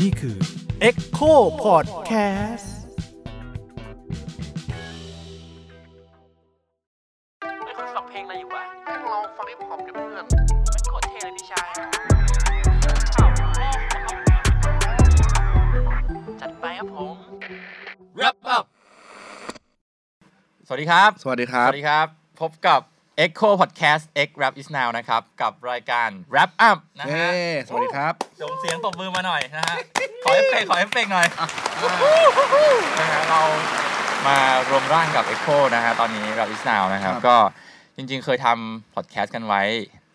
นี่คือ Echo Podcast ไม่คุณฟังเพลงอะไรอยู่วะ แม่งลองฟังฮิปฮอปกับเพื่อน มันโคตรเท่เลยพี่ชายจัดไปครับผม Wrap up สวัสดีครับ สวัสดีครับ สวัสดีครับ พบกับ Echo Podcast X Wrap Is Now นะครับ กับรายการ Wrap Up นะ เย้ ฮะ สวัสดีครับ โอ้ส่งเสียงตบมือมาหน่อยนะฮะ ขอเอฟเฟกต์ขอเอฟเฟกต์หน่อยนะฮะเรามารวมร่างกับ Echo นะฮะ ตอนนี้ Wrap Is Now นะครับ ครับ ก็จริงๆเคยทำ podcast กันไว้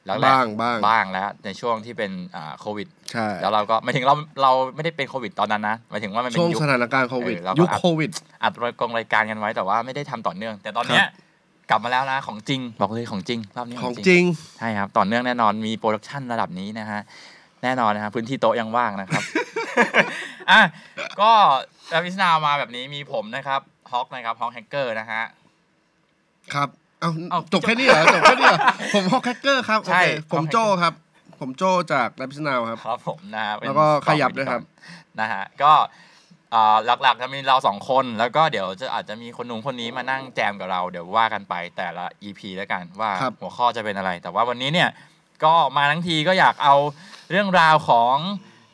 แล้วแหละ บ้างบ้าง บ้างแล้วในช่วงที่เป็นอ่าโควิด ใช่ แล้วเราก็ไม่ถึงเราเราไม่ได้เป็นโควิดตอนนั้นนะหมายถึงว่ามันเป็ ช่วน ง ยุค สถานการณ์โควิด เออแล้วก็ ยุคโควิด อัดรายกองรายการกันไว้แต่ว่าไม่ได้ทำต่อเนื่อง แต่ตอนเนี้ย ครับ กลับมาแล้วนะของจริง บอกเลยของจริงรอบนี้ ของจริง ใช่ครับ ต่อเนื่องแน่นอนมีโปรดักชันระดับนี้นะฮะ แน่นอนนะครับพื้นที่โต๊ะยังว่างนะครับ อ่ะก็ดาวิสนามาแบบนี้มีผมนะครับฮอกนะครับฮอกแฮกเกอร์นะฮะ ครับ เอ้า เอ้า จบแค่นี้เหรอ จบแค่ นี้เหรอ ผมฮอกแฮกเกอร์ครับ โอ ใช่ เค Hawk ผม Hacker โจครับ ผมโจจากดับพิสนาวครับ ครับผมนะฮะเป็น แล้วก็ขยับด้วยครับ นะฮะก็อ่าหลักๆจะมีเราสองคนแล้วก็เดี๋ยวจะอาจจะมีคนนู้นคนนี้มานั่งแจมกับเรา เดี๋ยวว่ากันไปแต่ละ EP แล้วกันว่า ครับ หัวข้อจะเป็นอะไร แต่ว่าวันนี้เนี่ยก็มาทั้งทีก็อยากเอาเรื่องราวของ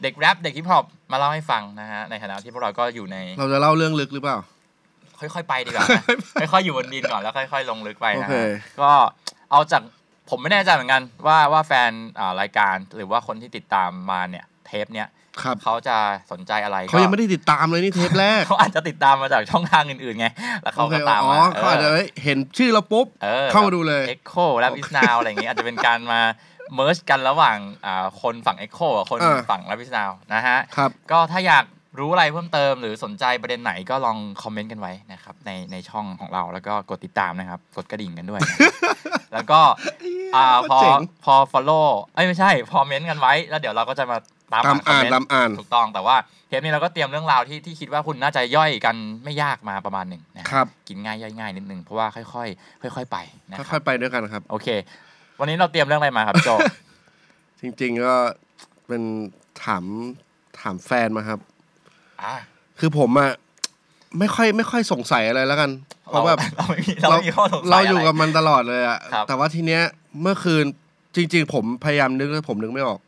เด็กแรปเด็กฮิปฮอปมาเล่าให้ฟังนะฮะในฐานะที่พวกเราก็ อยู่ใน เราจะเล่าเรื่องลึกหรือเปล่า ค่อยๆไปดีกว่านะค่อยๆอยู่บนดินก่อนแล้วค่อย ๆ ลงลึกไปนะ โอเค ฮะก็เอาจากผมไม่แน่ใจเหมือนกันว่าว่าแฟนอ่ารายการหรือว่าคนที่ติดตามมาเนี่ยเทปเนี่ย ครับ เขาจะสนใจอะไรก็ เขายังไม่ได้ติดตามเลยนี่เทปแรก เขาอาจจะติดตามมาจากช่องทางอื่นๆไง แล้วเขา โอเค ก็ตาม อ๋อ มา เขาอาจจะเอ้ยเห็นชื่อเราปุ๊บ ออ เข้ามาดูเลย เอ็กโคและวิสนาวอะไรอย่างงี้อาจจะเป็นการมาเมิร์ชกันระหว่างอ่าคนฝั่ง Echo อ็กโคคน เออ ฝั่งและวิสนาวนะฮะ ครับ ก็ถ้าอยากรู้อะไรเพิ่มเติม หรือสนใจประเด็นไหนก็ลองคอมเมนต์กันไว้นะครับในในช่องของเราแล้วก็กดติดตามนะครับ กดกระดิ่งกันด้วย นะครับแล้วก็อ่า โค พอตรเจ๋ง พอ follow เอ้ยไม่ใช่ พอเมนต์กันไว้ แล้วเดี๋ยวเราก็จะมาตาม ตาม คอม อ่าน เมนต์ ตามอ่าน ถูกต้องแต่ว่าเทปนี้เราก็เตรียมเรื่องราวที่ที่คิดว่าคุณน่าจะย่อยกันไม่ยากมาประมาณหนึ่งนะครับ กินง่ายย่อยง่ายนิดนึงเพราะว่าค่อยๆ ค่อย ๆ ไปนะค ค่ รับ อยๆไปด้วยกันครับ โอเค วันนี้เราเตรียมเรื่องอะไรมา ครับโจ จริง ๆ ก็เป็นถามถามแฟนมาครับ อ่ะ คือผมอะไม่ค่อยไม่ค่อยสงสัยอะไรแล้วกัน เพ เรา ราะแบบ เราไม่มีเราไม่มีข้อสงสัย เราอยู่กับ ะไ มันตลอดเลยอะ ครับ แต่ว่าทีเนี้ยเมื่อคืนจริง ๆ ผมพยายามนึกแต่ผมนึกไม่ออก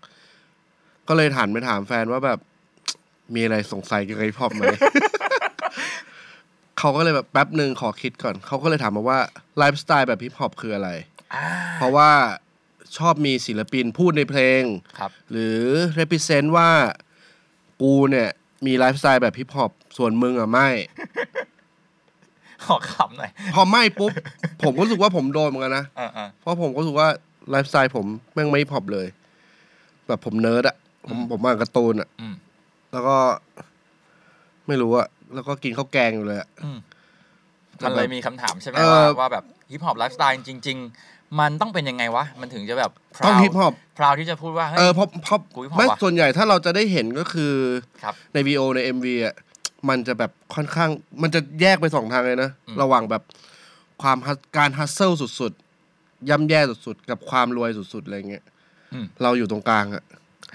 ก็เลยถามไปถามแฟนว่าแบบ มีอะไรสงสัยเกี่ยวกับฮิปฮอปไห ม เขาก็เลยแบบแป๊บหนึ่งขอคิดก่อน เขาก็เลยถามมาว่าไลฟ์สไตล์แบบฮิปฮอปคืออะไร อ่า เพราะว่าชอบมีศิลปินพูดในเพลง ครับ หรือ represent ว่ากูเนี่ย มีไลฟ์สไตล์แบบฮิปฮอปส่วนมึงอะไม่ ขอขำหน่อย พอไม่ปุ๊บ ผมก็รู้สึกว่าผมโดนเหมือนกันนะ เอ่าอ่า เพราะผมก็รู้สึกว่าไลฟ์สไตล์ผมแม่งไม่ฮิปฮอปเลย แบบผมเนิร์ดอะผม อืม ผมอ่านการ์ตูนอะ อืม แล้วก็ ไม่รู้อะแล้วก็กินข้าวแกงอยู่เลยอะ มันเลยมีคำถามใช่ไหม เอ ว่า อ ว่าแบบฮิปฮอปไลฟ์สไตล์จริง ๆ มันต้องเป็นยังไงวะ มันถึงจะแบบพ ต้อ ราง ว ฮิปฮอป พราวที่จะพูดว่า เอ เฮ้ อย เพราะเพราะ กู hip hop ไม่ ว่ะ ส่วนใหญ่ถ้าเราจะได้เห็นก็คือ ครับ ในวีโอใน MV อะมันจะแบบค่อนข้าง มันจะแยกไปสองทางเลยนะ อืม ระหว่างแบบความ hus- การฮัสเซิลสุดๆย่ำแย่สุดๆ กับความรวยสุดๆอะไรเงี้ย อืม เราอยู่ตรงกลางอะ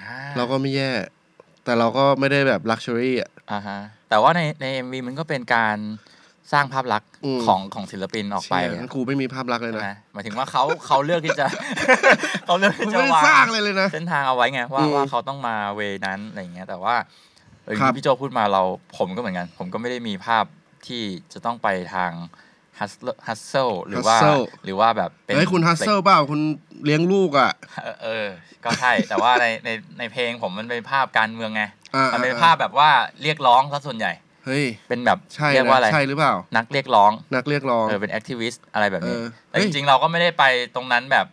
อ่ เราก็ไม่แย่ แต่เราก็ไม่ได้แบบลักชัวรี่อะ อ่าฮะแต่ว่าในในเอ็มวีมันก็เป็นการสร้างภาพลักษณ์ อืม ของของศิลปินออกไป เชี่ยงั้นกูไม่มีภาพลักษณ์เลยนะ นะหมายถึงว่าเขาเขาเลือกที่จะ เขาเลือกที่ มัน จะ ไม่ได้ วา สร้าง ง เลยเลยนะ เส้นทางเอาไว้ไงว่า อืม ว่าเขาต้องมาเวนั้นอะไรอย่างเงี้ย แต่ว่าเออ ครับ ที่พี่โจพูดมาเราผมก็เหมือนกัน ผมก็ไม่ได้มีภาพที่จะต้องไปทางฮัสฮัสเซลหรือว่า hustle หรือว่าแบบเป็น เฮ้ยคุณฮัสเซิลเปล่าคุณเลี้ยงลูกอ่ะ เออเออ ก็ใช่ แต่ว่าในในในเพลงผมมันเป็นภาพการเมืองไง อ่า มันเป็น อ่ ภาพแบบว่าเรียกร้องซะส่วนใหญ่ เฮ้ย เป็นแบบ ใช่ เรียกว่าอะไร นะใช่หรือเปล่า นักเรียกร้อง นักเรียกร้อง เออเป็นแอคทิวิสต์อะไรแบบนี้ เออ แต่ เฮ้ จ ย ริงๆ เราก็ไม่ได้ไปตรงนั้นแบบ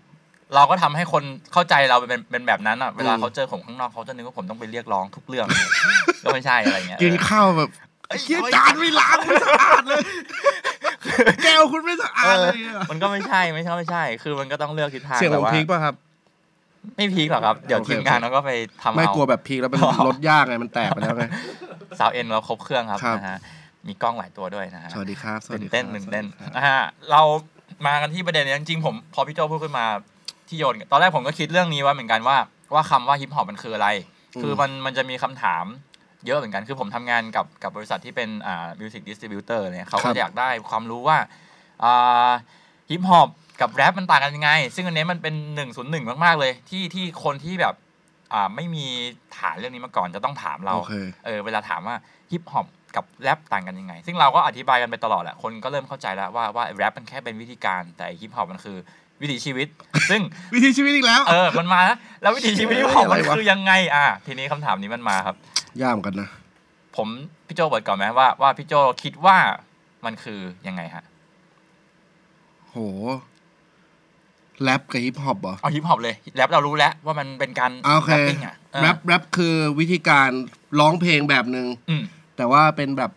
เราก็ทำให้คนเข้าใจเราเป็นเป็นแบบนั้นอ่ะเวลา อืม เขาเจอผมข้างนอกเขาจะนึกว่าผมต้องไปเรียกร้องทุกเรื่อง ก็ไม่ใช่อะไรเงี้ย กิน เออ ข้าวแบบ เอ้ย เชี่ย เอ้ย จานไม่ล้างไม่สะอาดเลย แก้วคุณไม่สะอาดเลยอะ มันก็ไม่ใช่ไม่ใช่ไม่ใช่ คือมันก็ต้องเลือกทิศทาง เสียงข แต่ อง ว่า พีกป่ะครับ ไม่พีคหรอกครับ เดี๋ยว โอเค ทีมงานเราก็ไปทำ ไม่ เอา กลัวแบบพีกแล้วมัน อ๋อ ลดยากไงมันแตกไปแล้วไง สาวเอ็นเราครบเครื่องครับ ครับ นะฮะมีกล้องหลายตัวด้วยนะฮะ สวัสดีครับสวัส ตื่ ดี นเต้น ครับ ตื่นเต้น สวัสดีครับ นะฮะเรามากันที่ประเด็นนี้จริงๆผมพอพี่โจพูดขึ้นมาที่โยนตอนแรกผมก็คิดเรื่องนี้ไว่าเหมือนกันว่า ว่าคำว่าฮิปฮอปมันคืออะไร อืม คือมันมันจะมีคำถามเยอะเหมือนกัน คือผมทำงานกับกับบริษัทที่เป็นอ่ามิวสิกดิสติบิวเตอร์เนี่ยเขาก็จะอยากได้ความรู้ว่าอ่าฮิปฮอปกับแรปมันต่างกันยังไง ซึ่งอันเนี้ยมันเป็น1นึ่งศูนย์หนึ่งมาก ๆ เลย ที่ที่คนที่แบบอ่าไม่มีฐานเรื่องนี้มาก่อนจะต้องถามเรา โอเค เออเวลาถามว่าฮิปฮอปกับแรปต่างกันยังไง ซึ่งเราก็อธิบายกันไปตลอดแหละ คนก็เริ่มเข้าใจแล้วว่าว่าแรปมันแค่เป็นวิธีการแต่ฮิปฮอปมันคือวิถีชีวิต ซึ่ง วิธีชีวิตอีกแล้ว เออมันมาแล้วแล้ววิถีชีวิตฮิปฮอปมัน อะไรวะ คือยังไง อ่ะทีนี้คำถามนี้มันมาครับ ยากเหมือนกันนะ ผมพี่โจเปิดก่อนไหมว่าว่าพี่โจคิดว่ามันคือยังไงฮะ โห แรปกับฮิปฮอปเหรอ เอาฮิปฮอปเลยแรปเรารู้แล้วว่ามันเป็นการ อ่ะโอเค แรปปิ้งอ่ะเออ แรปแรปคือวิธีการร้องเพลงแบบหนึ่ง อืม แต่ว่าเป็นแบบ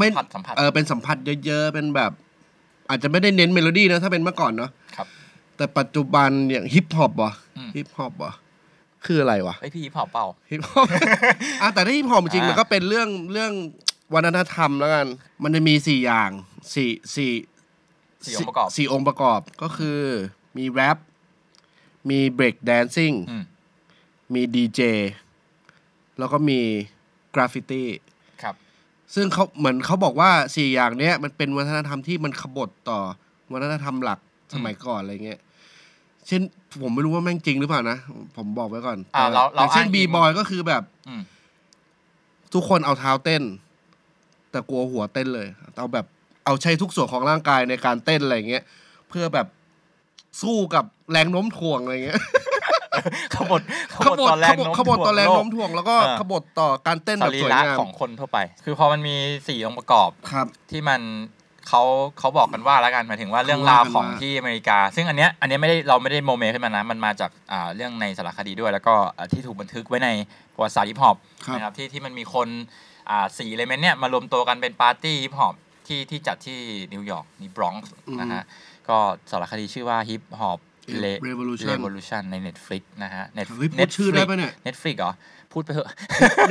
ไม่ สัมผัสสัมผัส เออเป็นสัมผัสเยอะๆ เป็นแบบ อาจจะไม่ได้เน้นเมโลดี้นะถ้าเป็นเมื่อก่อนเนาะ ครับ แต่ปัจจุบันอย่างฮิปฮอปวะ อืม ฮิปฮอปวะคืออะไรวะ ไอยพี่ฮิปฮอปเปล่า ฮิปฮ อป อ่ะแต่ถ้าฮิปฮอปจริง อ่ามั มันก็เป็นเรื่องเรื่องวัฒนธรรมแล้วกัน มันจะมีสี่อย่างสี่สี่ สี่องค์ประกอบ สี่องค์ประกอบก็คือมีแรปมีเบรกแดนซิ่ง อืม มีดีเจแล้วก็มีกราฟฟิตี้ ครับ ซึ่งเขาเหมือนเขาบอกว่าสี่อย่างเนี้ยมันเป็นวัฒนธรรมที่มันขบฏต่อวัฒนธรรมหลักสมัยก่อนอะไรเงี้ย เช่นผมไม่รู้ว่าแม่งจริงหรือเปล่านะ ผมบอกไว้ก่อน อ่า แต่ เราเรา แต่เช่น อ้างอิ บี ง บอยก็คือแบบ อืม ทุกคนเอาเท้าเต้น แต่กลัวหัวเต้นเลย เอาแบบเอาใช้ทุกส่วนของร่างกายในการเต้นอะไรเงี้ย เพื่อแบบสู้กับแรงโน้มถ่วงอะไรเงี้ย ขบวนขบวนตอนแรงโน้ม ขบวนตอนแรง ถ่วงโลกโน้มถ่วงแล้วก็ เออ ขบวนต่อการเต้น ส แบบ รี สวย ระ งาม ของคนทั่วไป คือพอมันมีสี่องค์ประกอบ ครับ ที่มันเขาเขาบอกกันว่าแล้วกันหมายถึงว่าเรื่องราวของที่อเมริกา ซึ่งอันเนี้ยอันเนี้ยไม่ได้เราไม่ได้โมเมขึ้นมานะ มันมาจากอ่าเรื่องในสารคดีด้วย แล้วก็อ่าที่ถูกบันทึกไว้ในประวัติศาสตร์ฮิปฮอป ครับ นะครับที่ที่มันมีคนอ่าสี่เลเมนเนี่ยมารวมตัวกันเป็นปาร์ตี้ฮิปฮอปที่ที่จัดที่นิวยอร์กนี่บรอนซ์นะฮะก็สารคดีชื่อว่าฮิปฮอป Revolution นใน Netflix นะฮะ Net- เฮ้ยพูดชื่อได้ปะเนี่ย Netflix เหรอพูดไปเถอะ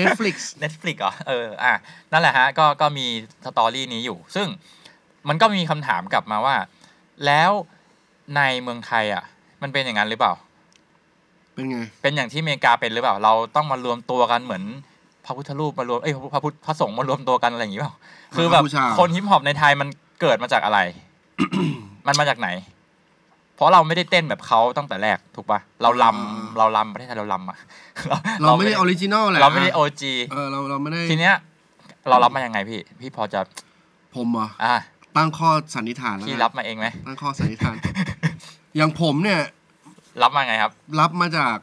Netflix Netflix เหรอเอออ่ะนั่นแหละฮะ ก็ก็มีสตอรี่นี้อยู่ ซึ่งมันก็มีคำถามกลับมาว่า แล้วในเมืองไทยอ่ะ มันเป็นอย่างนั้นหรือเปล่า เป็นไง เป็นอย่างที่อเมริกาเป็นหรือเปล่า เราต้องมารวมตัวกันเหมือนพระพุทธรูปมารวมเอ้ยพระพุทธพระสงฆ์มารวมตัวกันอะไรอย่างนี้เปล่า คือแบบ พระบูชา คนฮิปฮอปในไทยมันเกิดมาจาก อะไร มันมาจากไหน เพราะเราไม่ได้เต้นแบบเขาตั้งแต่แรกถูกปะเราลำเราลำประเทศไทยเราลำอะ เราไม่ได้ออริจินอลแหละ เราไม่ได้โอจี เออเราเราไม่ได้ ทีเนี้ยเรารับมายังไงพี่ พี่พอจะ ผมเหรอ่ะ อ่ะ ตั้งข้อสันนิษฐานแล้ว พี่ นะ รับมาเองไหม ตั้งข้อสันนิษฐาน อย่างผมเนี่ย รับมาไงครับ รับมาจาก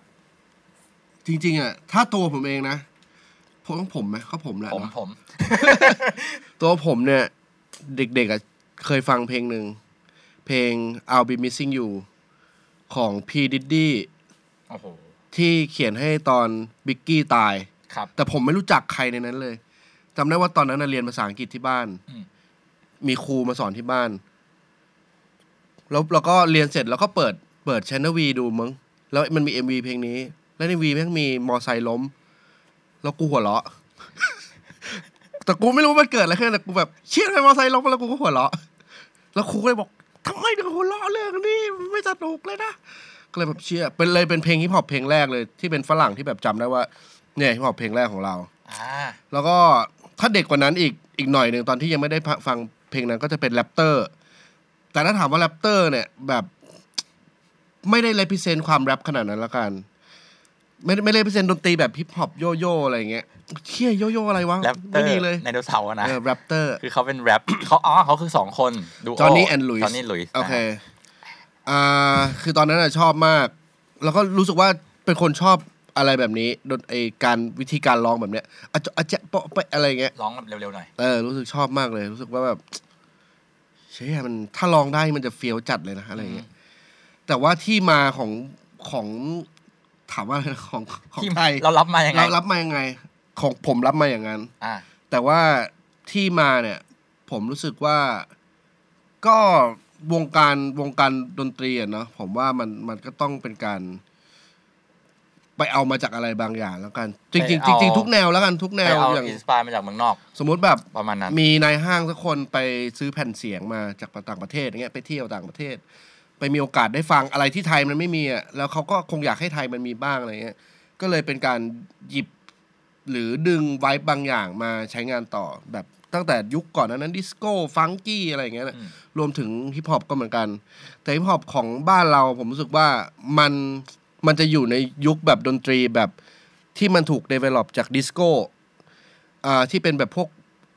จริง ๆ อ่ะ ถ้าตัวผมเองนะผมต้องผมไหมเขาผมแหละ ผม เนอะ ผม ตัวผมเนี่ย เด็ก ๆอ่ะเคยฟังเพลงหนึ่ง เพลง I'll Be Missing You ของ P Diddy โอ้โห ที่เขียนให้ตอนบิกกี้ตาย ครับ แต่ผมไม่รู้จักใครในนั้นเลยจำได้ว่าตอนนั้นนะเรียนภาษาอังกฤษที่บ้าน อืม มีครูมาสอนที่บ้าน แล้วเราก็เรียนเสร็จแล้วก็เปิดเปิดชนวีดูมึง แล้วมันมีเอ็มวีเพลงนี้ แล้วในวีแม่งมีมอไซค์ล้ม แล้วกูหัวเราะ แต่กูไม่รู้มันเกิดอะไรขึ้นแต่กูแบบเชี่ยทำไมมอไซค์ล้มแล้วกูก็หัวเราะ แล้วครูก็เลยบอกทำไมถึงหัวเราะเรื่องนี้มันไม่สนุกเลยนะ ก็เลยแบบเชี่ยเป็นเลยเป็นเพลงฮิปฮอปเพลงแรกเลยที่เป็นฝรั่งที่แบบจำได้ว่าเนี่ยฮิปฮอปเพลงแรกของเรา อ่า แล้วก็ถ้าเด็กกว่านั้นอีกอีกหน่อยหนึ่งตอนที่ยังไม่ได้ฟังเพลงนั้นก็จะเป็นแรปเตอร์ แต่ถ้าถามว่าแรปเตอร์เนี่ยแบบ ไม่ได้เลพิเซนความแรปขนาดนั้นละกัน ไม่ได้ไม่เลพิเซนดนตรีแบบฮิปฮอปโยโย่อะไรอย่างเงี้ยเชี่ยโยโย่อะไรวะ แรปเตอ ไม่ ร์ ดีเลย ไดโนเสาร์อะนะ เออแรปเตอร์ คือเขาเป็นแรป เขาอ๋อเขาคือสองคนดู จอห์นนี่แอนด์ลุยส์ จอห์นนี่ลุยส์ โอเค นะฮะ อ่า คือตอนนั้นอะชอบมาก แล้วก็รู้สึกว่าเป็นคนชอบอะไรแบบนี้ดนไอการวิธีการร้องแบบเนี้ยอาจจะอาจจะเปาะไปะอะไรอย่างเงี้ย ร้องแบบเร็วๆหน่อย เออ รู้สึกชอบมากเลย รู้สึกว่าแบบ เชี่ยมันถ้าลองได้มันจะเฟี้ยวจัดเลยนะอะไรอย่างเงี้ย แต่ว่าที่มาของของถามว่าอะไรนะของของ ที่ ไทย เรารับมายังไง เรารับมายังไง ของผมรับมาอย่างนั้น อ่า แต่ว่าที่มาเนี่ย ผมรู้สึกว่าก็วงการวงการดนตรีอะเนาะผมว่ามันมันก็ต้องเป็นการ ไปเอามาจากอะไรบางอย่างแล้วกัน จริงๆจริงๆทุกแนวแล้วกันทุกแน ไป ว เอา อย่าง อินสปายมาจากเมืองนอก สมมุติแบบ ประมาณนั้น มีนายห้างสักคนไปซื้อแผ่นเสียงมาจากต่างประเทศอย่างเงี้ยไปเที่ยวต่างประเทศ ไปมีโอกาสได้ฟังอะไรที่ไทยมันไม่มีอ่ะแล้วเขาก็คงอยากให้ไทยมันมีบ้างอะไรเงี้ยก็เลยเป็นการหยิบหรือดึงไว้บางอย่างมาใช้งานต่อแบบตั้งแต่ยุคก่อนหนานั้นดิสโก้ฟังกี้อะไรอย่างเงี้ยแหละ อืม รวมถึงฮิปฮอปก็เหมือนกัน แต่ฮิปฮอปของบ้านเราผมรู้สึกว่ามันมันจะอยู่ในยุคแบบดนตรีแบบที่มันถูก develop จากดิสโก้อ่าที่เป็นแบบพวก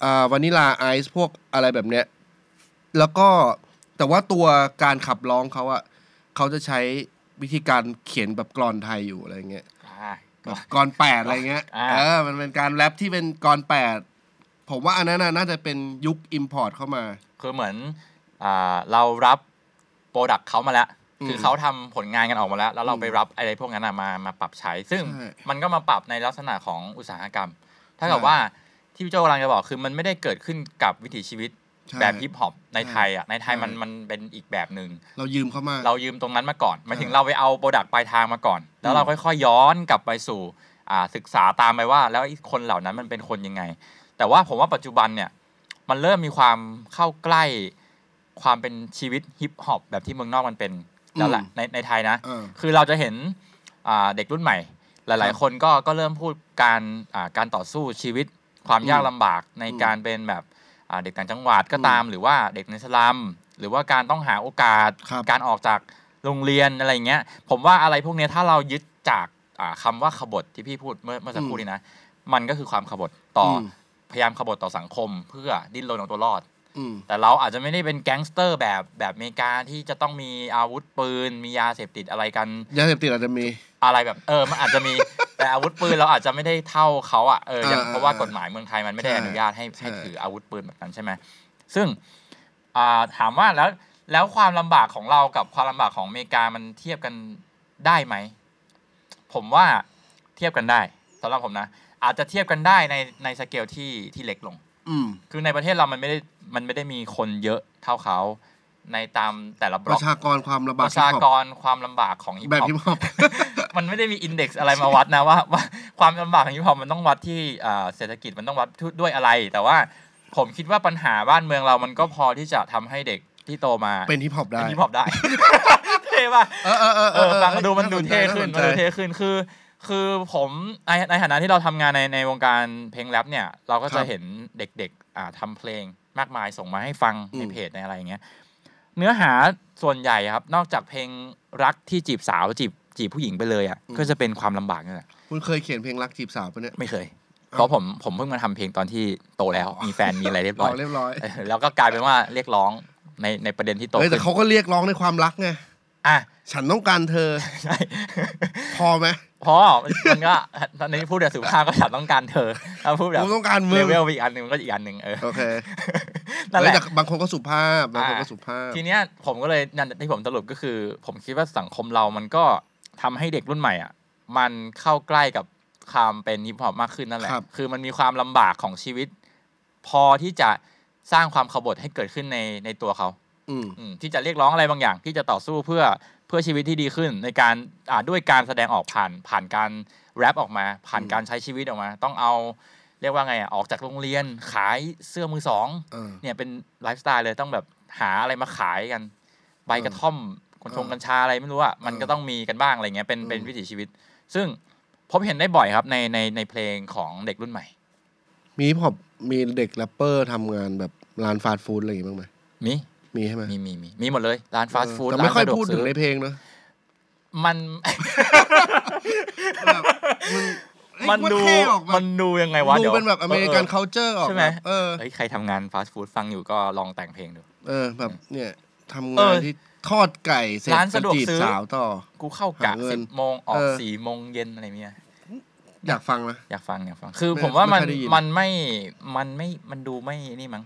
อ่าวานิลาไอซ์พวกอะไรแบบเนี้ย แล้วก็แต่ว่าตัวการขับร้องเขาอะเขาจะใช้วิธีการเขียนแบบกรอนไทยอยู่อะไรเงี้ย อ่า แบ ก็ บกรอนแปดอะไรเงี้ย อ่า เออมันเป็นการแรปที่เป็นกรอนแปดผมว่าอันนั้นน่ะน่าจะเป็นยุคอิมพอร์ตเข้ามา คือเหมือนอ่าเรารับโปรดักต์เขามาแล้ว อืม คือเขาทำผลงานกันออกมาแล้ว แล้วเรา อืม ไปรับอะไรพวกนั้นอะมามาปรับใช้ ซึ่ง ใช่ มันก็มาปรับในลักษณะของอุตสาหกรรม ถ้ากับ ใช่ ว่าที่พี่โจกำลังจะบอกคือมันไม่ได้เกิดขึ้นกับวิถีชีวิต ใช่ แบบฮิปฮอปในไทยอ่ะในไทย ใช่ มันมันเป็นอีกแบบหนึ่ง เรายืมเข้ามา เรายืมตรงนั้นมาก่อนหมายถึง ใช่ เราไปเอาโปรดักต์ปลายทางมาก่อน แล้วเรา อืม ค่อยๆย้อนกลับไปสู่อ่าศึกษาตามไปว่า แล้วไอ้คนเหล่านั้นมันเป็นคนยังไง แต่ว่าผมว่าปัจจุบันเนี่ยมันเริ่มมีความเข้าใกล้ความเป็นชีวิตฮิปฮอปแบบที่เมืองนอกมันเป็นแล้วแหละในในไทยนะ เออ คือเราจะเห็นอ่าเด็กรุ่นใหม่ ห ครั ลาย บ ๆ คนก็ก็เริ่มพูดการอ่าการต่อสู้ชีวิตความ อืม ยากลำบากใน อืม การเป็นแบบอ่าเด็กต่างจังหวัดก็ตาม หรือว่าเด็กในสลัมหรือว่าการต้องหาโอกาส ครับ การออกจากโรงเรียนอะไรอย่างเงี้ย ผมว่าอะไรพวกเนี้ยถ้าเรายึดจากอ่าคำาว่าขบฏที่พี่พูดเมื่อเมื่อสักครู่นี้นะ มันก็คือความขบฏต่ออ ม พยายามขบฏต่อสังคม เพื่อดิ้นรนเอาตัวรอด อืม แต่เราอาจจะไม่ได้เป็นแก๊งสเตอร์แบบแบบอเมริกาที่จะต้องมีอาวุธปืน มียาเสพติดอะไรกัน ยาเสพติดอาจจะมี อะไรแบบเออมันอาจจะมี แต่อาวุธปืนเราอาจจะไม่ได้เท่าเขาอ่ะเอออย่าง อ่า เพราะว่ากฎหมายเมืองไทยมันไม่ได้ ใช่ อนุญาตให้ ใช่ ให้ถืออาวุธปืนแบบนั้นใช่ไหมซึ่งอ่าถามว่าแล้วแล้วความลำบากของเรากับความลำบากของอเมริกามันเทียบกันได้ไหม ผมว่าเทียบกันได้สำหรับผมนะ อาจจะเทียบกันได้ในในสเกลที่ที่เล็กลง อืม คือในประเทศเรามันไม่ได้มันไม่ได้มีคนเยอะเท่าเขาในตามแต่ละบ ป ล็อ ระ ก ชากรความระบา ป ด ระชากรความลำบากของ แบบฮิปฮอป มันไม่ได้มีอินเด็กซ์อะไรมาวัดนะว่าว่าความลำบากของฮิปฮอปมันต้องวัดที่อ่าเศรษฐกิจมันต้องวัดทุด้วยอะไร แต่ว่าผมคิดว่าปัญหาบ้านเมืองเรามันก็พอที่จะทำให้เด็กที่โตมา เป็นฮิปฮอปได้ ฮิปฮ อปได้ เท่ป่ะ เออเออเออ เออฟังแล้วดูมันดูเท่ขึ้นมัน ใจ ดูเท่ขึ้นคือ คือผมในในฐานะที่เราทำงานในในวงการเพลงแรปเนี่ย เราก็จะเห็นเด็กๆอ่าทำเพลงมากมายส่งมาให้ฟังในเพจในอะไรอย่างเงี้ยเนื้อหาส่วนใหญ่ครับ นอกจากเพลงรักที่จีบสาวจีบจีบผู้หญิงไปเลยอ่ะก็จะเป็นความลำบากนี่แหละ คุณเคยเขียนเพลงรักจีบสาวปะเนี่ย ไม่เคย เพราะผมผมเพิ่งมาทำเพลงตอนที่โตแล้ว มีแฟนมีอะไรเรียบ อ๋ ร้อ อย เรียบร้อย เออแล้วก็กลายเป็นว่าเรียกร้องในในประเด็นที่โต เฮ้ยแต่ ขึ้น เขาก็เรียกร้องในความรักไง อ่ะ ฉันต้องการเธ อ ใช่ พอไหม เพราะมันก็ตอนนี้พูดแบบสุภาพก็อยากต้องการเธอถ้าพูดแบบ กูต้องการมึ เล ง เวลอีกอันหนึ่งมันก็อีกอันหนึ่งเออ โอเค นั่นแห เฮ้ย ละ แต่บางคนก็สุภาพ บางคน อ่า ก็สุภาพ ทีเนี้ยผมก็เลยนั่นที่ผมสรุปก็คือ ผมคิดว่าสังคมเรามันก็ทำให้เด็กรุ่นใหม่อ่ะมันเข้าใกล้กับความเป็นฮิปฮอปมากขึ้นนั่นแหละ ครับ คือมันมีความลำบากของชีวิต พอที่จะสร้างความขบฏให้เกิดขึ้นในในตัวเขา อืม อืมที่จะเรียกร้องอะไรบางอย่าง ที่จะต่อสู้เพื่อเพื่อชีวิตที่ดีขึ้น ในการอ่าด้วยการแสดงออกผ่านผ่านการแรปออกมา ผ่าน อืม การใช้ชีวิตออกมา ต้องเอาเรียกว่าไงอ่ะออกจากโรงเรียนขายเสื้อมือสอง เออ เนี่ยเป็นไลฟ์สไตล์เลยต้องแบบหาอะไรมาขายกัน ใบกระท่อมกัญชง เออ กัญชาอะไรไม่รู้อ่ะมันก็ต้องมีกันบ้างอะไรเงี้ยเป็น อืม เป็นวิถีชีวิต ซึ่งพบเห็นได้บ่อยครับในในในเพลงของเด็กรุ่นใหม่ มีฮิปฮอปมีเด็กแรปเปอร์ทำงานแบบร้านฟาสต์ฟู้ดอะไรอย่างงี้บ้างไหม มี มีใช่ไหม มีมีมีมีหมดเลย ร้านฟาสต์ฟู้ด แต่ไม่ ร้าน ค่อย สะดวก พูดถึ ซื้ ง อ ในเพลงเนอะ มัน แบบมึมันงเอ้ยว่า ดู เท่ออกา มันดูยังไงวะ ดู ยว เป็นแบบอเมริกัน เ culture ออก ใช่ไหม แบบเออ เฮ้ยใครทำงานฟาสต์ฟู้ดฟังอยู่ก็ลองแต่งเพลงดู เออแบบเนี่ยทำ เอง าน อ ที่ทอดไก่เสร็จ ร้านสะดวก จีบ ซื้อ สาวต่อ กูเข้ากะ หาเงิน สิบโมงออก เออ สี่โมงเย็นอะไรเงี้ย อยากฟังนะ อยากฟังอยากฟัง คือ ไม่ ผมว่ามัน ไม่ค่อยได้ยิน มันไม่มันไม่มันดูไม่นี่มั้ง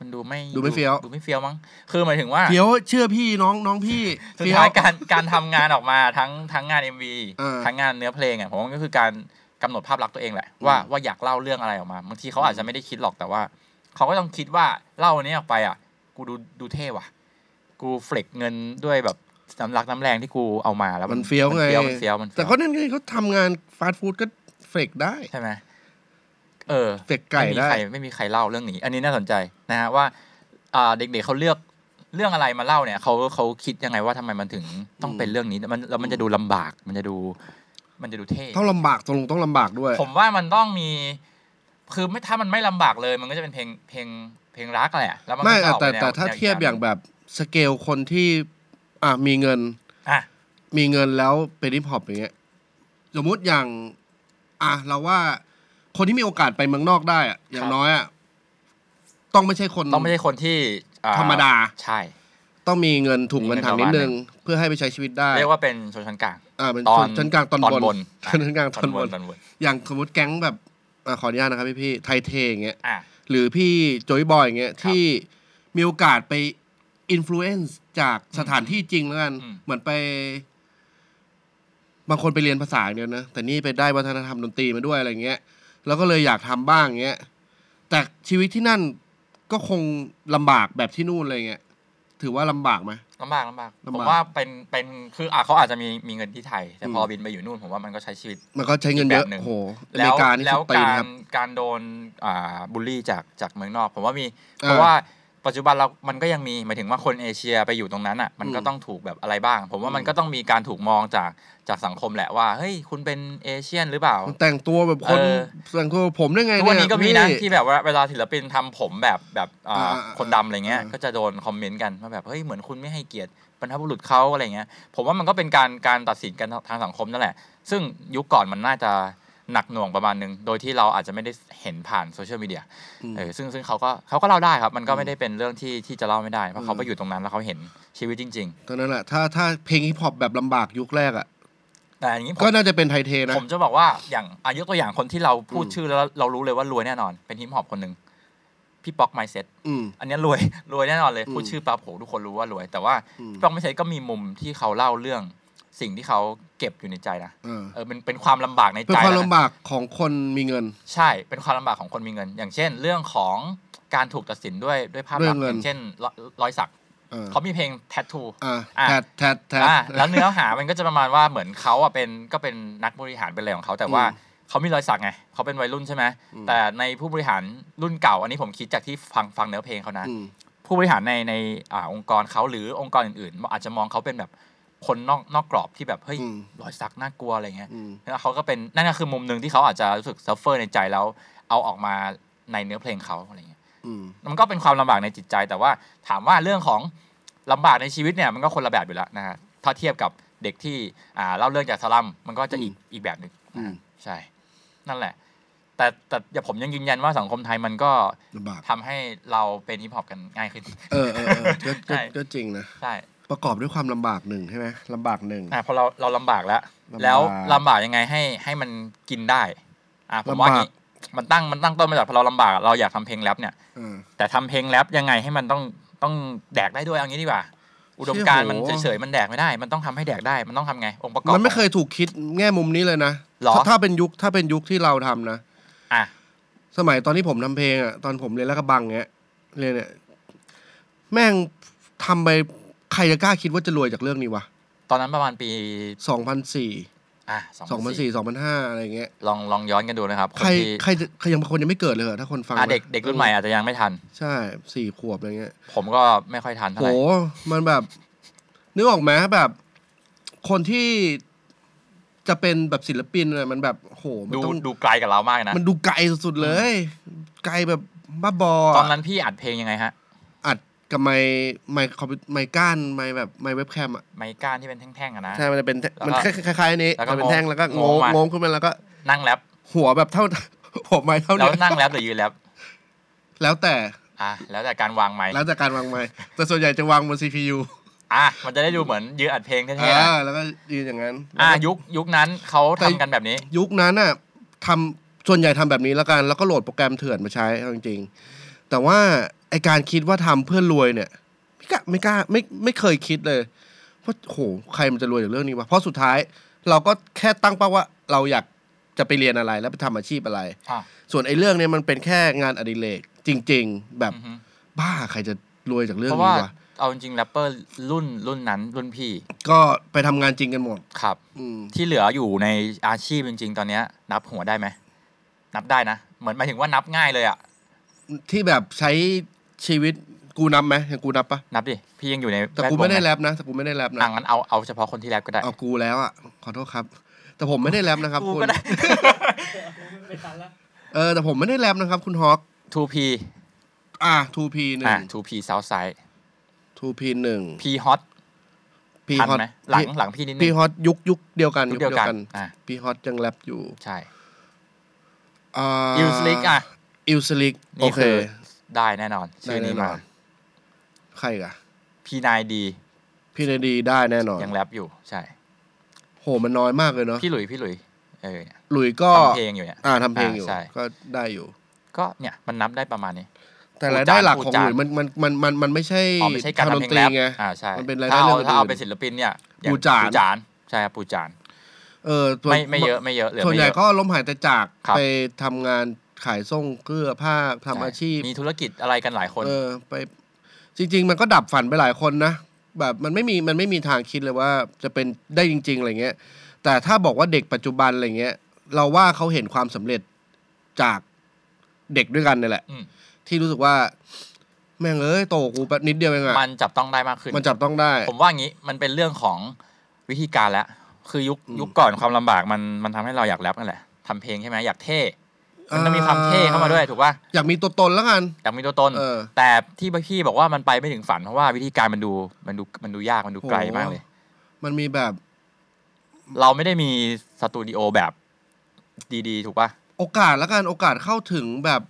มันดูไม่ ดูไม่เฟี้ยว ดูไม่เฟี้ยวมั้งคือหมายถึงว่า เฟี้ยวเชื่อพี่น้องน้องพี่ สุด เฟี้ยว ท้ายการการทำงานออกมาทั้งทั้งงาน MV เออ ทั้งงานเนื้อเพลงอ่ะผมว่าก็คือการกำหนดภาพลักษณ์ตัวเองแหละว่า อืม ว่าอยากเล่าเรื่องอะไรออกมาบางทีเขาอาจจะไม่ได้คิดหรอกแต่ว่า เขาก็ต้องคิดว่าเล่าอันนี้ออกไปอ่ะ กูดูดูเท่ว่ะ กูเฟลกเงินด้วยแบบน้ำรักน้ำแรงที่กูเอามาแล้ว มันเฟี้ยวไง มันเฟี้ยวมันเฟี้ยวมันเฟี้ยว แต่เขานั่นไงเขาทำงานฟาสต์ฟู้ดก็เฟกได้ ใช่ไหมเออ เฟกไก่ ม่มี ได้ ใครไม่มีใครเล่าเรื่องนี้ อันนี้น่าสนใจนะฮะว่าอ่าเด็กๆเขาเลือก เรื่องอะไรมาเล่าเนี่ยเขาเขาคิดยังไงว่าทำไมมันถึงต้องเป็นเรื่องนี้มันแล้วมันจะดูลำบากมันจะดู มันจะดูเท่ ต้องลำบากตรงต้องลำบากด้วย ผมว่ามันต้องมี คือไม่ถ้ามันไม่ลำบากเลยมันก็จะเป็นเพลงเพลงเพลงรักแหละแล้วมันก็ ไม่ จะ อะ ออก แต่ ไปนว แต่ถ้า แนวก เทียบอย่าง แบบ แบบสเกลคนที่ อ่ะมีเงิน อ่ะ มีเงินแล้วเป็นฮิปฮอปอย่างเงี้ยสมมติอย่าง อ่ะเราว่า คนที่มีโอกาสไปเมืองนอกได้อะอย่างน้อยอะต้องไม่ใช่คน ต้องไม่ใช่คนที่อ่ ธรรมดา ใช่ ต้องมีเงินถุง มี เงินถัง เงินประมานิดณ นึง หนึ่ เพื่อให้ไปใช้ชีวิตได้ เรียกว่าเป็นชนชั้นกลาง อ่าเป็น ตอน ชนชั้นกลางตอน ตอน บบ น น ชนชั้นกลางตอนบน ตอนบน อย่างสมมติแก๊งแบบอ่ะขออนุญาตนะครับพี่พี่ไทเทอย่างเงี้ย อ่ะ หรือพี่โจยบอยอย่างเงี้คยรับ ที่มีโอกาสไปอิม l u เ n นซ์จากสถานที่จริงแล้วกัน อืม เหมือนไป บางคนไปเรียนภาษาอย่างเดียวนะ แต่นี่ไปได้วัฒนธรรมดนตรีมาด้วยอะไรเงี้ย แล้วก็เลยอยากทำบ้างเงี้ย แต่ชีวิตที่นั่นก็คงลำบากแบบที่นู่นอะไรเงี้ย ถือว่าลำบากไหม ลำบากลำบาก ลำบาก ผมว่าเป็นเป็นคืออ่ะเขาอาจจะมีมีเงินที่ไทย แต่ อืม พอบินไปอยู่นู่นผมว่ามันก็ใช้ชีวิต มันก็ใช้เงินเยอะ อีกแบบหนึ่ง โอ้โหอเม แล้ว ริกานี่ แล้ สุ ว ดตีน การครับ การโดนอ่าบูลลี่จากจากเมืองนอก ผมว่ามี อ่า เพราะว่าปัจจุบันเรา มันก็ยังมีหมายถึงว่าคนเอเชียไปอยู่ตรงนั้นอ่ะมันก็ อืม ต้องถูกแบบอะไรบ้าง ผมว่ามั อื น ม ก็ต้องมีการถูกมองจากจากสังคมแหละว่าเฮ้ยคุณเป็นเอเชียนหรือเปล่า แต่งตัวแบบคน เออ แต่งตัวผมได้ไง ทุก เนี่ วัน ย นี้ก็มีนะ พี่ ที่แบบว่าเวลาศิลปินทำผมแบบแบบอ่า อ่าอ่า คนดำอะไรเงี้ย อ่า ก็จะโดนคอมเมนต์กันว่าแบบเฮ้ยเหมือนคุณไม่ให้เกียรติบรรพบุรุษเขาอะไรเงี้ยผมว่ามันก็เป็นการการตัดสินกันทางสังคมนั่นแหละ ซึ่งยุคก่อนมันน่าจะหนักหน่วงประมาณนึง โดยที่เราอาจจะไม่ได้เห็นผ่านโซเชียลมีเดียเออซึ่งซึ่งเขาก็เขาก็เล่าได้ครับ มันก็ไม่ได้เป็นเรื่องที่ที่จะเล่าไม่ได้เพราะเขาไปอยู่ตรงนั้นแล้วเขาเห็นชีวิตจริง ตอนนั้นแหละถ้าถ้าเพลงฮิปฮอปแบบลำบากยุคแรกอ่ะ ๆ แต่อย่างนี้ผม ก็น่าจะเป็นไทเทนะ ผมจะบอกว่าอย่างอายุตัวอย่างคนที่เราพูด อืม ชื่อแล้วเรารู้เลยว่ารวยแน่นอน เป็นฮิปฮอปคนหนึ่งพี่ป๊อกไมเซ็ต อืม อันเนี้ยรวย รวยแน่นอนเลย อืม พูดชื่อปั๊บโหทุกคนรู้ว่ารวย แต่ว่า อืม ต้องไม่ใช่ก็มีมุมที่เขาเล่าเรื่อง สิ่งที่เขาเก็บอยู่ในใจนะ เออ เออเป็นเป็นความลำบากใน เป็น ใจ ความ นะ ลำบากของคนมีเงิน ใช่เป็นความลำบากของคนมีเงิน อย่างเช่น เรื่องของการถูกตัดสินด้วยด้วยภาพ ด้ว ลักษยณ์ เงิ อน ย่างเช่นรอยรอยสัก เออ เขามีเพลง tattoo อ่า อ่ะ แทดแทดแทด อ่ะแล้วเนื้อหามันก็จะประมาณว่าเหมือนเขาอ่ะเป็นก็เป็นนักบริหารเป็นอะไรของเขาแต่ว่า อืม เขามีรอยสักไงเขาเป็นวัยรุ่นใช่ไหม อืม แต่ในผู้บริหารรุ่นเก่า อันนี้ผมคิดจากที่ฟังฟังเนื้อเพลงเขานะ อืม ผู้บริหารในในอ่าองค์กรเขาหรือองค์กรอื่นๆ อาจจะมองเขาเป็นแบบคนนอกนอกกรอบที่แบบเฮ้ย อืม รอยสักน่ากลัวอะไรเงี้ย อืม แล้วเขาก็เป็นนั่นก็คือมุมหนึ่งที่เขาอาจจะรู้สึกซัฟเฟอร์ในใจแล้วเอาออกมาในเนื้อเพลงเขาอะไรเงี้ย อืม มันก็เป็นความลำบากในจิตใจ แต่ว่าถามว่าเรื่องของลำบากในชีวิตเนี่ยมันก็คนละแบบอยู่แล้วนะฮะถ้าเทียบกับเด็กที่อ่าเล่าเรื่องจากสลัมมันก็จะอีกอีกแบบหนึ่ง อืม ใช่ นั่นแหละ แต่แต่อย่าผมยังยืนยันว่าสังคมไทยมันก็ ลำบาก ทำให้เราเป็นฮิปฮอปกันง่ายขึ้น เออเออเออก็ก็ ใช่ ก็จริงนะ ใช่ ประกอบด้วยความลำบากหนึ่งใช่ไหมลำบากหนึ่ง อ่ะพอเราเราลำบากแล้ว ลำบาก แล้วลำบากยังไงให้ให้มันกินได้อ่ะผมว่า ลำบาก นี้มันตั้งมันตั้งต้นมาจากพอเราลำบากเราอยากทำเพลงแรปเนี่ย เออ แต่ทำเพลงแรปยังไงให้มันต้องต้องแดกได้ด้วยเอางี้ดีกว่า อุดมการณ์มัน โอ้โห เฉยๆมันแดกไม่ได้ มันต้องทำให้แดกได้มันต้องทำไงองค์ประกอบ มันไม่เคยถูกคิดแง่มุมนี้เลยนะ หรอ ถ้าถ้าเป็นยุคถ้าเป็นยุคที่เราทำนะ อ่ะ สมัยตอนที่ผมทำเพลงอ่ะตอนผมเรียนแล้วกระบังเงี้ยเรียนเนี่ยแม่งทำไปใครจะกล้าคิดว่าจะรวยจากเรื่องนี้วะ ตอนนั้นประมาณปี สองพันสี่ อ่ะ สองพันสี่สองพันห้าอะไรเงี้ย ลองลองย้อนกันดูนะครับค ใคร นที่ ใครจะใครยังบางคนยังไม่เกิดเลยเหรอถ้าคนฟัง อ่ะ นะ เด็กเด็กรุ่นใหม่อาจจะยังไม่ทัน ใช่สี่ขวบอะไรเงี้ย ผมก็ไม่ค่อยทันเท่า โห ไหร่ มันแบบ นึกออกไหมแบบ คนที่จะเป็นแบบศิลปินอะไรมันแบบโหมัน ดู ต้อง ดูไกลกับเรามากนะ มันดูไกลสุดๆเลย ไกลแบบบ้าบอ ตอนนั้นพี่อัดเพลงยังไงฮะ อัดกับไมค์ไมค์คอมพิวไมค์ก้านไมค์แบบไมค์เว็บแคมอ่ะ ไมก้านที่เป็นแท่งๆอะนะ ใช่มันจะเป็นแท่ง แล้วก็ มันคล้ายๆคล้ายๆอันนี้ แล้วก็ มันเป็นแท่งแล้วก็ง ง ง งมา งงขึ้นมาแล้วก็ นั่งแรป หัวแบบเท่า หัวไม้เท่า แล้ เนี้ วย นั่งแรปหรือยืนแรป แล้วแต่ อ่ะแล้วแต่การวางไมค์ แล้วแต่การวางไมค์แต่ส่วนใหญ่จะวางบน CPU อ่ะมันจะได้ดูเหมือนยืนอัดเพลง อ่ เท่ๆนะ าแล้วก็ยืนอย่างนั้น อ่ะ แล้วก็ ยุคยุคนั้นเขา แต่ ทำกันแบบนี้ ยุคนั้นน่ะทำส่วนใหญ่ทำแบบนี้แล้วกัน แล้วก็โหลดโปรแกรมเถื่อนมาใช้เอาจริงๆแต่ว่าไอการคิดว่าทำเพื่อรวยเนี่ยไม่กล้าไม่กล้าไม่ไม่เคยคิดเลยว่าโหใครมันจะรวยจากเรื่องนี้วะเพราะสุดท้าย เราก็แค่ตั้งเป้าว่าเราอยากจะไปเรียนอะไรแล้วไปทำอาชีพอะไร อ่ะ ส่วนไอเรื่องเนี้ยมันเป็นแค่งานอดิเรกจริง ๆ แบบ อือฮึ บ้าใครจะรวยจากเรื่อ เพ ง ราะว่าวนี้ะ เอาจริงๆแรปเปอร์รุ่นรุ่นนั้นรุ่นพี่ ก็ไปทำงานจริงกันหมด ครับ อืม ที่เหลืออยู่ในอาชีพจริง ๆ ตอนเนี้ย นับหัวได้ไหมนับได้นะเหมือนหมายถึงว่านับง่ายเลยอ่ะ ที่แบบใช้ชีวิต กูนับไหมยังกูนับปะ นับดิ พี่ยังอยู่ใน แต่กูไม่ได้ แวดวง แรปนะแต่กูไม่ได้แรปนะ อ่ะงั้นเอาเอาเฉพาะคนที่แรปก็ได้ เอากูแล้วอ่ะขอโทษครับ แต่ผมไม่ได้แรปนะครับ กู คุณ ก็ได้ เออแต่ผมไม่ได้แรปนะครับ คุณฮอก 2P อ่ะ 2P หนึ่ อ่ะ ง 2P Southside 2P หนึ่ง P Hot พี ทัน ฮอต ไหมหลังหลังพี่นิดนึ พี ง ฮอตยุคยุคเดียวกัน ยุคเดียวกันอ่ะ พีฮอตยังแรปอยู่ ใช่ อ่า อิลสลิกอ่ะ อิลสลิกโอ นี่ เค คือได้แน่นอน ชื่อ ได้ นี้ แอ มา ใครอีกอะ P9D พี่เนดีได้แน่นอน ยังแรปอยู่ใช่ โหมันน้อยมากเลยเนาะ พี่หลุย พี่หลุย เออเนี่ย หลุยส์ก็ ทำเพลงอยู่เนี่ย อ่าทำเพลงอยู่ อ่าใช่ ก็ได้อยู่ ก็เนี่ยมันนับได้ประมาณนี้ แต่รายได้หลัก พู ขอ ด ง จา หลุยส์มันมันมันมันมันไม่ใช่ อ๋อไม่ใช่การ ทำด ทำ น เพลง ตแรปรีไง อ่าใช่ มันเป็นรายได้ ถ้า เรื่ เอา องอื่น ถ้าเอาเป็นศิลปินเนี่ยอย่ง ปูจาน ปูจานใช่ครับปูจาน เออส่วน ไม่ไม่เยอะไม่เยอะเหลือ ส่วน ไม่ ใหญ่ เยอะ ก็ล้มหายแต่จาก ครับ ไปทำงานขายส่งเกลือผ้าทำอาชีพ ใมีธุรกิจอะไรกันหลายคน เออไปจริง ๆ มันก็ดับฝันไปหลายคนนะแบบมันไม่มีมันไม่มีทางคิดเลยว่าจะเป็นได้จริง ๆอะไรเงี้ย แต่ถ้าบอกว่าเด็กปัจจุบันอะไรเงี้ย เราว่าเขาเห็นความสำเร็จจากเด็กด้วยกันนี่แหละ อืม ที่รู้สึกว่า แม่งเอ้ยโตกว่ากูแป๊บนิดเดียวเองอะ มันจับต้องได้มากขึ้น มันจับต้องได้ ผมว่างี้มันเป็นเรื่องของวิธีการแล้วคือยุคยุคก่อนความลำบากมันมันทำให้เราอยากแรปนั่นแหละทำเพลงใช่ไหมอยากเท่มันต้องมีความเท่เข้ามาด้วยถูกป่ะ อยากมีตัวตนแล้วกัน อยากมีตัวตน เออ แต่ที่พี่บอกว่ามันไปไม่ถึงฝันเพราะว่าวิธีการมันดูมันดูมันดูยากมันดูไกลมากเลย มันมีแบบ เราไม่ได้มีสตูดิโอแบบดีๆ ถูกป่ะ โอกาสแล้วกันโอกาสเข้าถึงแบบ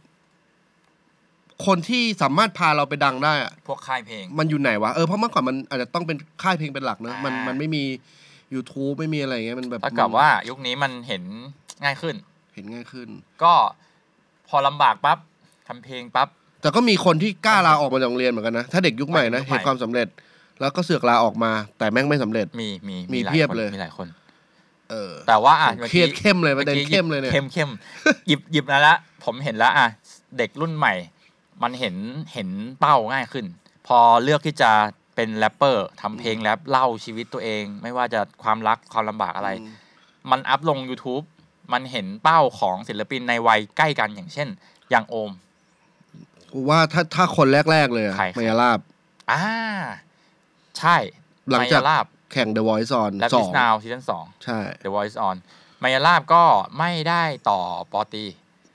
คนที่สามารถพาเราไปดังได้อะ พวกค่ายเพลง มันอยู่ไหนวะ เออ เพราะเมื่อก่อนมันอาจจะต้องเป็นค่ายเพลงเป็นหลักเนอะ อ่ามั มันมันไม่มี YouTube ไม่มีอะไรอย่างเงี้ย มันแบบ ถ้ากับว่ายุคนี้มันเห็นง่ายขึ้น เห็นง่ายขึ้น ก็พอลำบากปั๊บทำเพลงปั๊บ แต่ก็มีคนที่กล้าลาออกมาจากโรงเรียนเหมือนกันนะ ถ้าเด็กยุคใหม่นะ ยุคใหม่ เห็นความสำเร็จ แล้วก็เสือกลาออกมา แต่แม่งไม่สำเร็จ มีมี มี หลา เพียบ คน เลย มีหลายคน เออ แต่ว่าอ่ะมื่อ เครี กี้ ยดเข้มเลยประเด็น มื่อกี้ เข้มเลยเนี่ย เข้มเข้มหยิบหยิบแล้วละ ผมเห็นแล้วอ่ะเด็กรุ่นใหม่ มันเห็นเห็นเป้าง่ายขึ้น พอเลือกที่จะเป็นแรปเปอร์ทำเพลงแรปเล่าชีวิตตัวเอง ไม่ว่าจะความรักความลำบากอะไร อืม มันอัพลง YouTube มันเห็นเป้าของศิลปินในวัยใกล้กันอย่างเช่น อย่างโอม กูว่าถ้าถ้าคนแรก ๆ เลยอะ ใครใคร มายาลาบ อ่าใช่ หลังจาก มยลาบ แข่ง The Voice on และ ส พิ อ ส ง นาวซีซั่นสอง ใช่ The Voice on มายาลาบก็ไม่ได้ต่อปอตี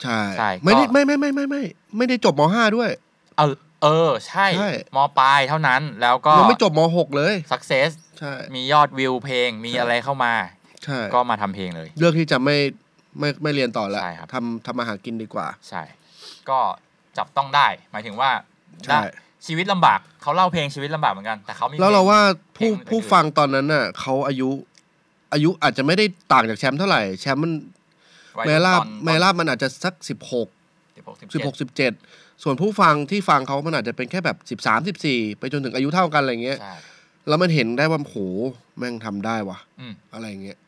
ใช่ ใช่ ไม่ได้ ก็ ไม่ไม่ไม่ไม่ไม่ไม่ได้จบมห้าด้วย เออเออ ใช่ ใช่ มปลายเท่านั้นแล้วก็ ยังไม่จบมหกเลย success ใช่ มียอดวิวเพลงมีอะไรเข้ามา ใช่ ก็มาทำเพลงเลย เลือกที่จะไม่ไม่ไม่เรียนต่อแล้ว ใช่ครับ ทำทำมาหากินดีกว่า ใช่ ก็จับต้องได้ หมายถึงว่า ใช่ ได้ชีวิตลำบากเขาเล่าเพลงชีวิตลำบากเหมือนกัน แต่เขามี แล้ว พง เราว่าเพลผู้งอื่นๆ ผู้ฟังตอนนั้นน่ะเขาอายุ อายุอาจจะไม่ได้ต่างจากแชมป์เท่าไหร่แชมป์มัน ไว้ เมล่า ตอน เมล่ามันอาจจะสักสิบหก สิบหกสิบ สิบ เจ็ด หกสิบเจ็ดส่วนผู้ฟังที่ฟังเขามันอาจจะเป็นแค่แบบสิบสามสิบสี่ไปจนถึงอายุเท่ากันอะไรเงี้ย ใช่ แล้วมันเห็นได้ว่าโหแม่งทำได้วะ อืม อะไรเงี้ย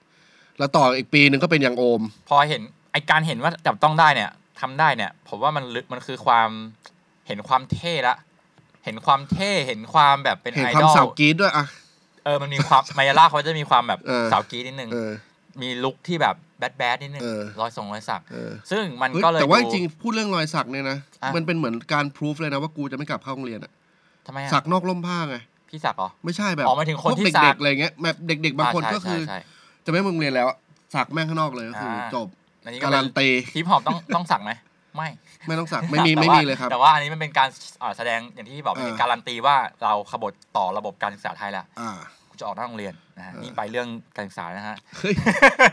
แล้วต่ออีกปีหนึ่งก็เป็นอย่างโอม พอเห็นไอการเห็นว่าจับต้องได้เนี่ยทำได้เนี่ย ผมว่ามันลึกมันคือความเห็นความเท่ละ เห็นความเท่เห็นความแบบเป็น เห็น ไอ ควา ด ม อ สา ล วกรีดด้วยอ่ะ เออมันมีความมายาล่าเขาจะมีความแบบ เออ สาวกรีดนิดนึง เออ มีลุคที่แบบแบดแบดนิดนึง เออ รอยทรงรอยสัก เออ ซึ่งมัน เฮ้ย ก็เลย แต่ว่าจ ดู ริงๆพูดเรื่องรอยสักเนี่ยนะ อ่ะ มันเป็นเหมือนการพิสูจเลยนะว่ากูจะไม่กลับเข้าโรงเรียนอะ ทำไมอะ สักนอกร่มผ้าไง พี่สักเหรอ ไม่ใช่แบบ อ๋อหมายถึงคน พว ที่ เด็ก สัก ๆอะไรเงี้ยแบบเด็ก ๆ บางคน อ่ใช่ ก็คือ ใช่ใช่ จะไม่มึงเรียนแล้วอะสักแม่งข้างนอกเลยก็คืออา จบ อันนี้ก็ การั เป็น นตี ฮิปฮอปต้องต้องสักไหมไม่ ไม่ต้องสักไม่มี แต่ ไม่ ว่า มีเลยครับ แต่ว่าอันนี้มันเป็นการอ่าแสดงอย่างที่พี่บอกมันเป็น อ่า การันตีว่าเราขบฏต่อระบบการศึกษาไทยแล้ว อ่า กูจะออกนอกโรงเรียนนะฮะ เออ นี่ไปเรื่องการศึกษานะฮะ เฮ้ย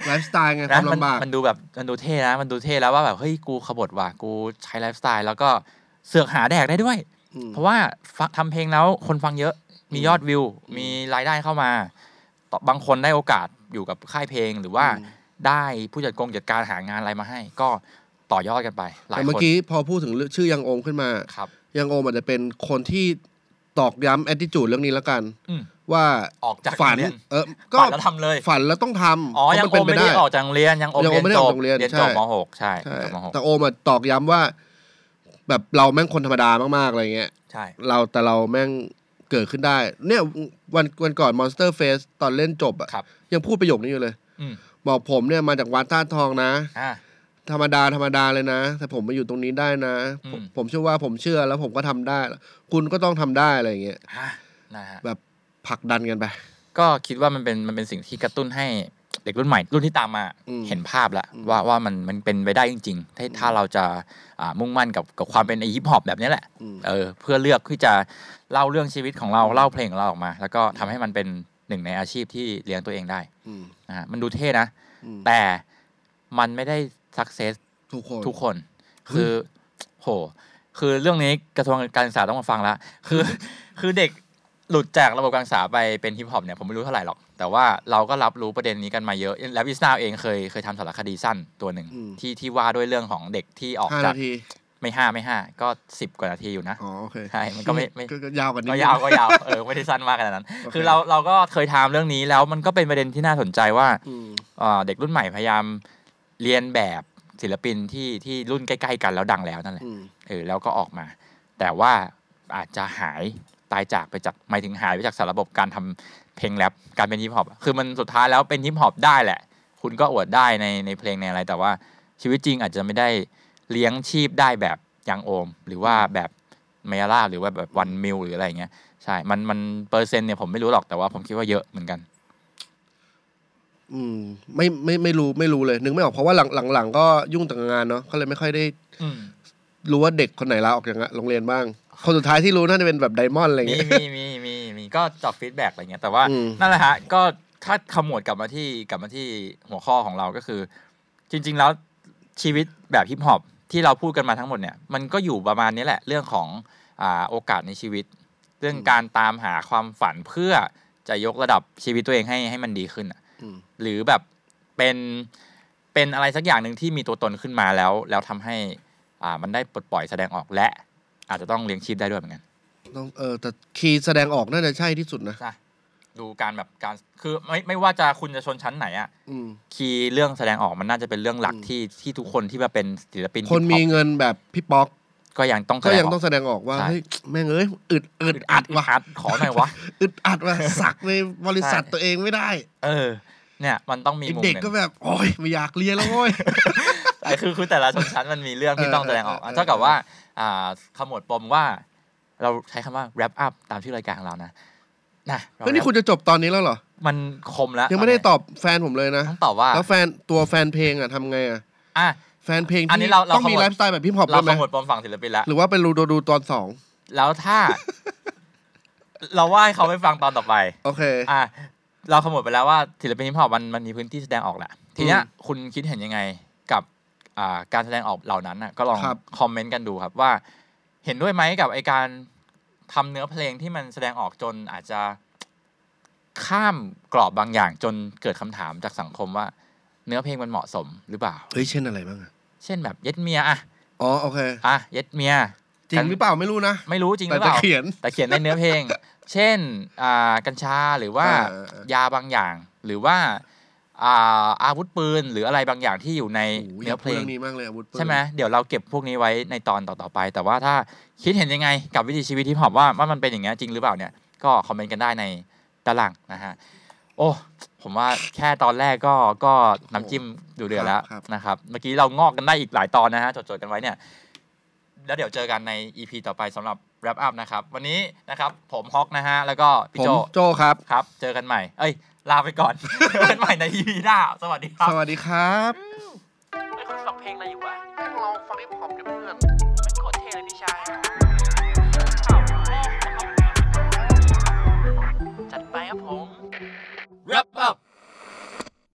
ไลฟ์สไตล์ไงค นะมันวามลำบาก มันดูแบบมันดูเท่นะ มันดูเท่แล้วว่าแบบเฮ้ยกูขบฏว่ะกูใช้ไลฟ์สไตล์แล้วก็เสือกหาแดกได้ด้วย อืม เพราะว่าฟังทำเพลงแล้วคนฟังเยอะ มี อืม ยอดวิว อืม มีรายได้เข้ามาต่อบางคนได้โอกาสอยู่กับค่ายเพลงหรือว่า อืม ได้ผู้จัดกงจัดการหางานอะไรมาให้ ก็ต่อยอดกันไป หลาย แต่เมื่อ คน กี้พอพูดถึงเรื่องชื่อยังโอมขึ้นมา ครับ ยังโอมอาจจะเป็นคนที่ตอกย้ำแอดดิจูดเรื่องนี้แล้วกัน อืม ว่า ออกจาก ฝัโรงนเรียน เออฝัก็นแล้วทำเลย ฝันแล้วต้องทำ อ๋อ เพราะ ยัง น โอมเป็นป ไม่ได้ออกจากโรงเรียน ยังโอม ยังโอมไม่ เรียนจได้ออบ กจากโรงเรียน เรียน ใช่ จบม .6 ใช่ ใช่ จบม แต่โอมอะตอกย้ำว่า แบบเราแม่งคนธรรมดามากๆอะไรเงี้ย .6 ใช่ เราแต่เราแม่งเกิดขึ้นได้ เนี่ยวันวันก่อน Monster Face ตอนเล่นจบอะ ครับ ยังพูดประโยคนี้อยู่เลย อืม บอกผมเนี่ยมาจากวัดท่าตุทองนะ อ่า ธรรมดาธรรมดาเลยนะ แต่ผมมาอยู่ตรงนี้ได้นะ ผม อืม ผมเชื่อว่าผมเชื่อแล้วผมก็ทำได้ คุณก็ต้องทำได้อะไรอย่างเงี้ย อ่ะนะฮะ แบบผลักดันกันไป ก็คิดว่ามันเป็นมันเป็นสิ่งที่กระตุ้นให้เด็กรุ่นใหม่รุ่นที่ตามมา อืม เห็นภาพละ อืม ว่าว่ามันมันเป็นไปได้จริงๆถ้าถ้าเราจะอ่ามุ่งมั่นกับกับความเป็นไอฮิปฮอปแบบเนี้ยแหละ อืม เออเพื่อเลือกที่จะเล่าเรื่องชีวิตของเราเล่าเพลงของเราออกมา แล้วก็ทำให้มันเป็นหนึ่งในอาชีพที่เลี้ยงตัวเองได้ อืม นะฮะมันดูเท่นะ อืม แต่มันไม่ได้สักเซส ทุกคน ทุกคนคือโหคือเรื่องนี้กระทรวงการศึกษาต้องมาฟังละ คือ คือเด็กหลุดจากระบบการศึกษาไปเป็นฮิปฮอปเนี่ยผมไม่รู้เท่าไหร่หรอก แต่ว่าเราก็รับรู้ประเด็นนี้กันมาเยอะ แล้ววิสนาเองเคยเคยทำสารคดีสั้นตัวหนึ่ง อืม ที่ที่ว่าด้วยเรื่องของเด็กที่ออก ห้า จาก นาที ไม่ห้าไม่ห้าก็สิบกว่านาทีอยู่นะ อ๋อโอเค ใช่มันก็ไม่ไม่ ก็ยาวกว่านี้ ก็ยาวก็ยาวเออไม่ได้สั้นมากขนาดนั้น โอเค คือเราเราก็เคยทำเรื่องนี้แล้วมันก็เป็นประเด็นที่น่าสนใจว่า อืม เอ่อเด็กรุ่นใหม่พยายามเรียนแบบศิลปินที่ที่รุ่นใกล้ๆกันแล้วดังแล้วนั่นแหละ อืม เออแล้วก็ออกมา แต่ว่าอาจจะหายตายจากไปจากหมายถึงหายไปจากสารระบบการทำเพลงแรปการเป็นฮิปฮอปคือมันสุดท้ายแล้วเป็นฮิปฮอปได้แหละ คุณก็อวดได้ในในเพลงในอะไร แต่ว่าชีวิตจริงอาจจะไม่ได้เลี้ยงชีพได้แบบยังโอม หรือว่าแบบเมยาล่าหรือว่าแบบวันมิลหรืออะไรอย่างเงี้ยใช่มันมันเปอร์เซ็นต์เนี่ยผมไม่รู้หรอกแต่ว่าผมคิดว่าเยอะเหมือนกัน อืมไม่ไม่ไม่รู้ไม่รู้เลย นึกไม่ออกเพราะว่าหลังหลังหลังก็ยุ่งแต่งงานเนาะก็เลยไม่ค่อยได้ อืม รู้ว่าเด็กคนไหนลาออกจากโรงเรียนบ้าง คนสุดท้ายที่รู้น่าจะเป็นแบบไดมอนด์อะไร มี เงี้ย มีมีมีมีก็ตอบฟีดแบ็กอะไรเงี้ยแต่ว่า อืม นั่นแหละฮะก็ถ้าขมวดกลับมาที่กลับมาที่หัวข้อของเราก็คือ จริง ๆ แล้วชีวิตแบบฮิปฮอปที่เราพูดกันมาทั้งหมดเนี่ยมันก็อยู่ประมาณนี้แหละเรื่องของอ่าโอกาสในชีวิต เรื่องการตามหาความฝันเพื่อจะยกระดับชีวิตตัวเองให้ให้มันดีขึ้นอะ อืม หรือแบบเป็นเป็นอะไรสักอย่างหนึ่งที่มีตัวตนขึ้นมาแล้ว แล้วทำให้อ่ามันได้ปลดปล่อยแสดงออกและ อาจจะต้องเลี้ยงชีพได้ด้วยเหมือนกัน ต้องเออแต่คีย์แสดงออกน่าจะใช่ที่สุดนะ ใช่ดูการแบบการคือไม่ไม่ว่าจะคุณจะชนชั้นไหนอะ อืม คีย์เรื่องแสดงออกมันน่าจะเป็นเรื่องหลัก อืม ที่ที่ทุกคนที่มาเป็นศิลปิน คนมีเงินแบบพี่ป๊อก ก็ยังต้องแส ก็ ด ยัง ง ออต้อก งแสดงออกว่า ใช่ เฮ้ยแม่งเอ้ยอึดอึด อั อั ด ด ว่ะ ว่ะ อัดขอหน่อยวะ อึดอัดว่ะสักในบริษัท ใช่ ตัวเองไม่ได้ เออ เนี่ยมันต้องมีมุมห เด็ก นึ่ง ก็แบบโอ้ยไม่อยากเรียนแล้วโว้ย ไอ้คือคือแต่ละชนชั้นมันมีเรื่องที่ เออ ต้องแสดงออก เอออ่ะ เท่ากับว่า อ่าขมวดปมว่า เราใช้คำว่า wrap up ตามชื่อรายการของเรานะนะเรา เฮ้ยนี่คุณจะจบตอนนี้แล้วเหรอ wrap มันคมแล้ว ยังไม่ได้ตอบแฟนผมเลยนะ ต้องตอบว่า แล้วแฟนตัวแฟนเพลงอ่ะทำไงอ่ะ อ่ะ แฟนเพลง อันนี้ ที่ เราเรา ต้องมี ขโมย ไลฟ์สไตล์แบบพี่ป๊อก เรา ด้ขวยไหม มวดปมฝั่งศิลปินแล้ว หรือว่าเป็นรูดูดูตอนสอง แล้ว ถ้า เราว่าให้เขาไปฟังตอนต่อไป โอเค อ่ะเราขมวดไปแล้วว่าศิลปินฮิปฮอปมันมันมีพื้นที่แสดงออกแหละทีเนี้ยคุณคิดเห็นยังไงกับอ่าการแสดงออกเหล่านั้นน่ะก็ลอง ครับ คอมเมนต์กันดูครับว่า เห็นด้วยไหมกับไอการทำเนื้อเพลงที่มันแสดงออกจนอาจจะข้ามกรอบบางอย่างจนเกิดคำถามจากสังคมว่า เนื้อเพลงมันเหมาะสมหรือเปล่า เฮ้ยเช่นอะไรบ้างอะ เช่นแบบเย็ดเมียอ่ะ อ๋อโอเค อ่ะเย็ดเมีย จริงหรือเปล่าไม่รู้นะ ไม่รู้จริงห แต่ รือเป จะ ล่า เขียน แต่เขียนในเนื้อเพลง เช่นอ่ากัญชาหรือว่า เออเออเออย าบางอย่าง หรือว่าอ่าอาวุธปืนหรืออะไรบางอย่างที่อยู่ใน โโห เนื้อเพล ยากงพูดรื่องนี้มากเลยอาวุธปืน ใช่ไหมเดี๋ยวเราเก็บพวกนี้ไว้ในตอนต่อๆไป แต่ว่าถ้าคิดเห็นยังไงกับวิถีชีวิตที่พอปว่าว่ามันเป็นอย่างนี้ยจริงหรือเปล่าเนี่ย ก็คอมเมนต์กันได้ในตารางนะฮะ โอ้ ผมว่าแค่ตอนแรกก็ก็น้ำจิ้มดูเดือดแล้วนะครับ เมื่อกี้เรางอกกันได้อีกหลายตอนนะฮะ จดๆกันไว้เนี่ย แล้วเดี๋ยวเจอกันใน EP ต่อไปสำหรับ wrap up นะครับ วันนี้นะครับผมฮอกนะฮะ แล้วก็พี่ ผม โจ โจครับ ครับ เจอกันใหม่ เอ้ย ลาไปก่อน เจอกันใหม่ใน EP หน้า สวัสดีครับ สวัสดีครับ ไม่คุณฟังเพลงอะไรอยู่วะ แม่งลองฟังฮิปฮอปดิเพื่อน ไม่โคตรเท่เลยพี่ชายเปล่าแม่งนะครับจัดไปครับผม wrap up